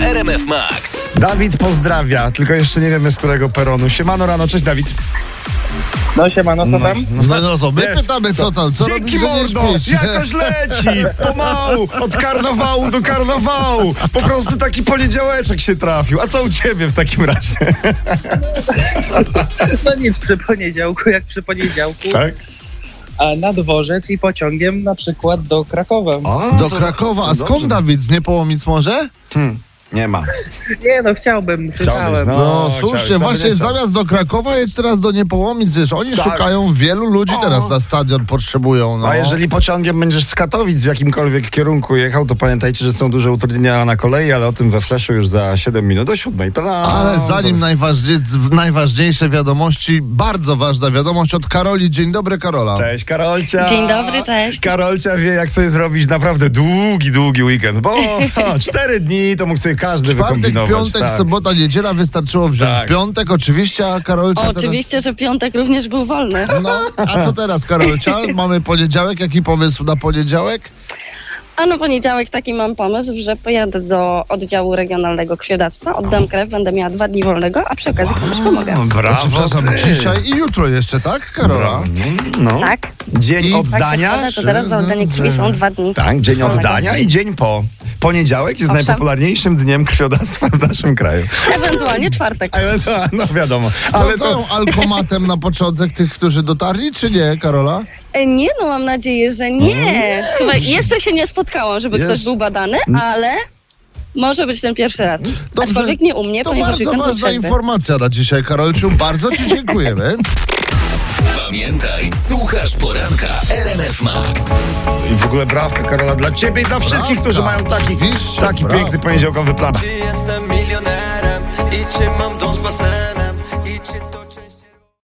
RMF Max. Dawid pozdrawia, tylko jeszcze nie wiemy z którego peronu. Siemano rano, cześć Dawid. No siemano, co tam? No, no to my Jest. pytamy, co tam, co Dzięki robisz, że nie mordo, śpisz? jakoś leci, pomału, od karnawału do karnawału. Po prostu taki poniedziałeczek się trafił. A co u ciebie w takim razie? No nic, przy poniedziałku, jak przy poniedziałku. Tak? A na dworzec i pociągiem na przykład do Krakowa. O, Do Krakowa, a skąd Dawid, z Niepołomic może? Nie ma. Nie no, chciałbym, słyszałem. no. No O, słusznie, chciałem, właśnie zapomniałem. zamiast do Krakowa jedź teraz do Niepołomic, wiesz, oni Tak. szukają wielu ludzi O. teraz na stadion, potrzebują, no. A jeżeli pociągiem będziesz z Katowic w jakimkolwiek kierunku jechał, to pamiętajcie, że są duże utrudnienia na kolei, ale o tym we fleszu już za 7 minut do 7. Ale zanim najważnie, w- najważniejsze wiadomości, bardzo ważna wiadomość od Karoli. Dzień dobry, Karola. Cześć Karolcia! Dzień dobry, cześć. Karolcia wie, jak sobie zrobić naprawdę długi, długi weekend, bo o, cztery dni to mógł sobie każdy Czwartek, wykombinować. piątek, tak. sobota, niedziela wystarczyło wziąć. Tak. Piątek oczywiście, a Karolcia Oczywiście, że piątek również był wolny. teraz... No, a co teraz, Karolcia? Mamy poniedziałek, jaki pomysł na poniedziałek? A na poniedziałek taki mam pomysł, że pojadę do oddziału regionalnego krwiodawstwa, oddam krew, będę miała dwa dni wolnego, a przy okazji komuś pomogę. No, Znaczy, Brawo, przepraszam, ty. dzisiaj i jutro jeszcze, tak, Karola? Brawo. No. Tak? Dzień I- oddania. Tak, to teraz za oddanie krwi są dwa dni. Tak, dzień Wolnego. oddania i dzień po. Poniedziałek jest Owszem. najpopularniejszym dniem krwiodawstwa w naszym kraju. Ewentualnie czwartek. Ale to, no wiadomo. Ale to, Sprawdzają alkomatem na początek tych, którzy dotarli, czy nie, Karola? E, Nie no, mam nadzieję, że nie. Chyba jeszcze się nie spotkałam, żeby Jeszcze. ktoś był badany, ale może być ten pierwszy raz. Dobrze. Aczkolwiek nie u mnie, To ponieważ bardzo weekend był ważna przerwy. informacja na dzisiaj, Karolciu. Bardzo Ci dziękujemy. Pamiętaj, słuchasz poranka RMF Max. I w ogóle brawka, Karola, dla ciebie i dla wszystkich, Brawka, którzy mają taki, oczywiście, taki brawka. piękny poniedziałkowy plan. Czy jestem milionerem?